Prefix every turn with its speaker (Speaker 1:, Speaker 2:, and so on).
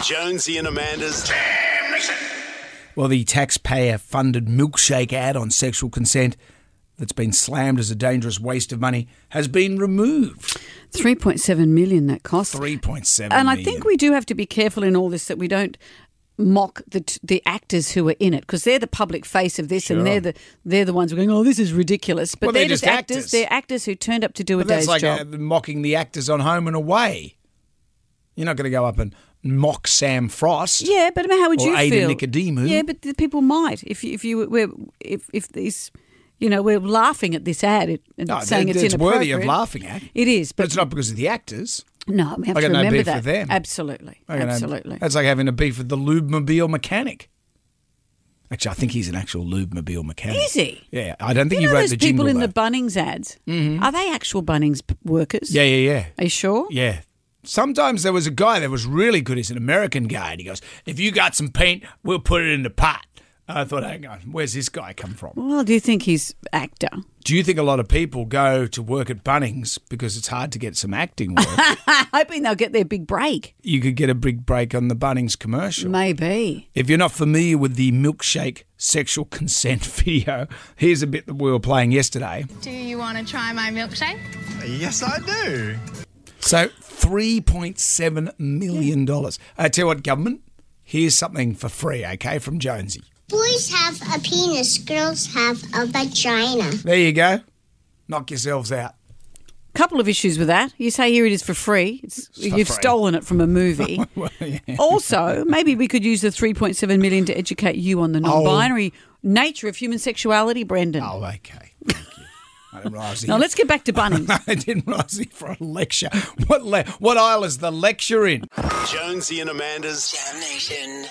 Speaker 1: Jonesy and Amanda's
Speaker 2: Well, the taxpayer funded milkshake ad on sexual consent that's been slammed as a dangerous waste of money has been removed.
Speaker 3: 3.7 million that cost.
Speaker 2: 3.7
Speaker 3: and I
Speaker 2: million.
Speaker 3: think we do have to be careful in all this that we don't mock the t- the actors who are in it because they're the public face of this and they're the they're the ones who are going oh this is ridiculous but
Speaker 2: Well,
Speaker 3: they're,
Speaker 2: they're
Speaker 3: just
Speaker 2: just
Speaker 3: actors.
Speaker 2: actors.
Speaker 3: they're actors who turned up to do a
Speaker 2: But that's
Speaker 3: day's
Speaker 2: like
Speaker 3: job
Speaker 2: uh, mocking the actors on Home and Away. You're not going to go up and mock Sam Frost.
Speaker 3: Yeah, but I mean, how would
Speaker 2: Or
Speaker 3: you
Speaker 2: Aidan
Speaker 3: feel?
Speaker 2: Nicodemus.
Speaker 3: Yeah, but the people might if you, if you we're, if if these you know we're laughing at this ad it- and
Speaker 2: No,
Speaker 3: saying
Speaker 2: it-
Speaker 3: it's,
Speaker 2: it's worthy of
Speaker 3: inappropriate.
Speaker 2: laughing at.
Speaker 3: It is,
Speaker 2: But
Speaker 3: but,
Speaker 2: it's not because of the actors.
Speaker 3: no, we have
Speaker 2: I
Speaker 3: to
Speaker 2: got no
Speaker 3: remember
Speaker 2: beef
Speaker 3: that.
Speaker 2: with them.
Speaker 3: Absolutely,
Speaker 2: I don't know.
Speaker 3: absolutely.
Speaker 2: That's like having a beef with the lube mobile mechanic. Actually, I think he's an actual lube mobile mechanic.
Speaker 3: Is he?
Speaker 2: Yeah, I don't think
Speaker 3: you
Speaker 2: he
Speaker 3: know
Speaker 2: wrote
Speaker 3: those
Speaker 2: the
Speaker 3: people
Speaker 2: jingle.
Speaker 3: in
Speaker 2: though. Mm-hmm.
Speaker 3: the Bunnings ads? Are they actual Bunnings p- workers?
Speaker 2: yeah, yeah, yeah.
Speaker 3: Are you sure?
Speaker 2: Yeah. Sometimes there was a guy that was really good. He's an American guy. And he goes, If you got some paint, we'll put it in the pot. And I thought, Hang on, where's this guy come from?
Speaker 3: Well, do you think he's actor?
Speaker 2: Do you think a lot of people go to work at Bunnings because it's hard to get some acting work?
Speaker 3: Hoping they'll get their big break.
Speaker 2: you could get a big break on the Bunnings commercial.
Speaker 3: Maybe.
Speaker 2: If you're not familiar with the milkshake sexual consent video, here's a bit that we were playing yesterday.
Speaker 4: Do you want to try my milkshake?
Speaker 1: Yes, I do.
Speaker 2: So $3.7 million. I tell you what, government, here's something for free, okay, from Jonesy.
Speaker 5: Boys have a penis, girls have a vagina.
Speaker 2: There you go. Knock yourselves out.
Speaker 3: Couple of issues with that. You say here it is for free. It's, you've
Speaker 2: free.
Speaker 3: stolen it from a movie. Also, maybe we could use the 3.7 million to educate you on the non-binary nature of human sexuality, Brendan.
Speaker 2: Oh, okay. Thank you. I didn't realise
Speaker 3: Now
Speaker 2: you-
Speaker 3: let's get back to Bunnings.
Speaker 2: I didn't realise you for a lecture. What le- what aisle is the lecture in?
Speaker 1: Jonesy and Amanda's
Speaker 6: Damnation.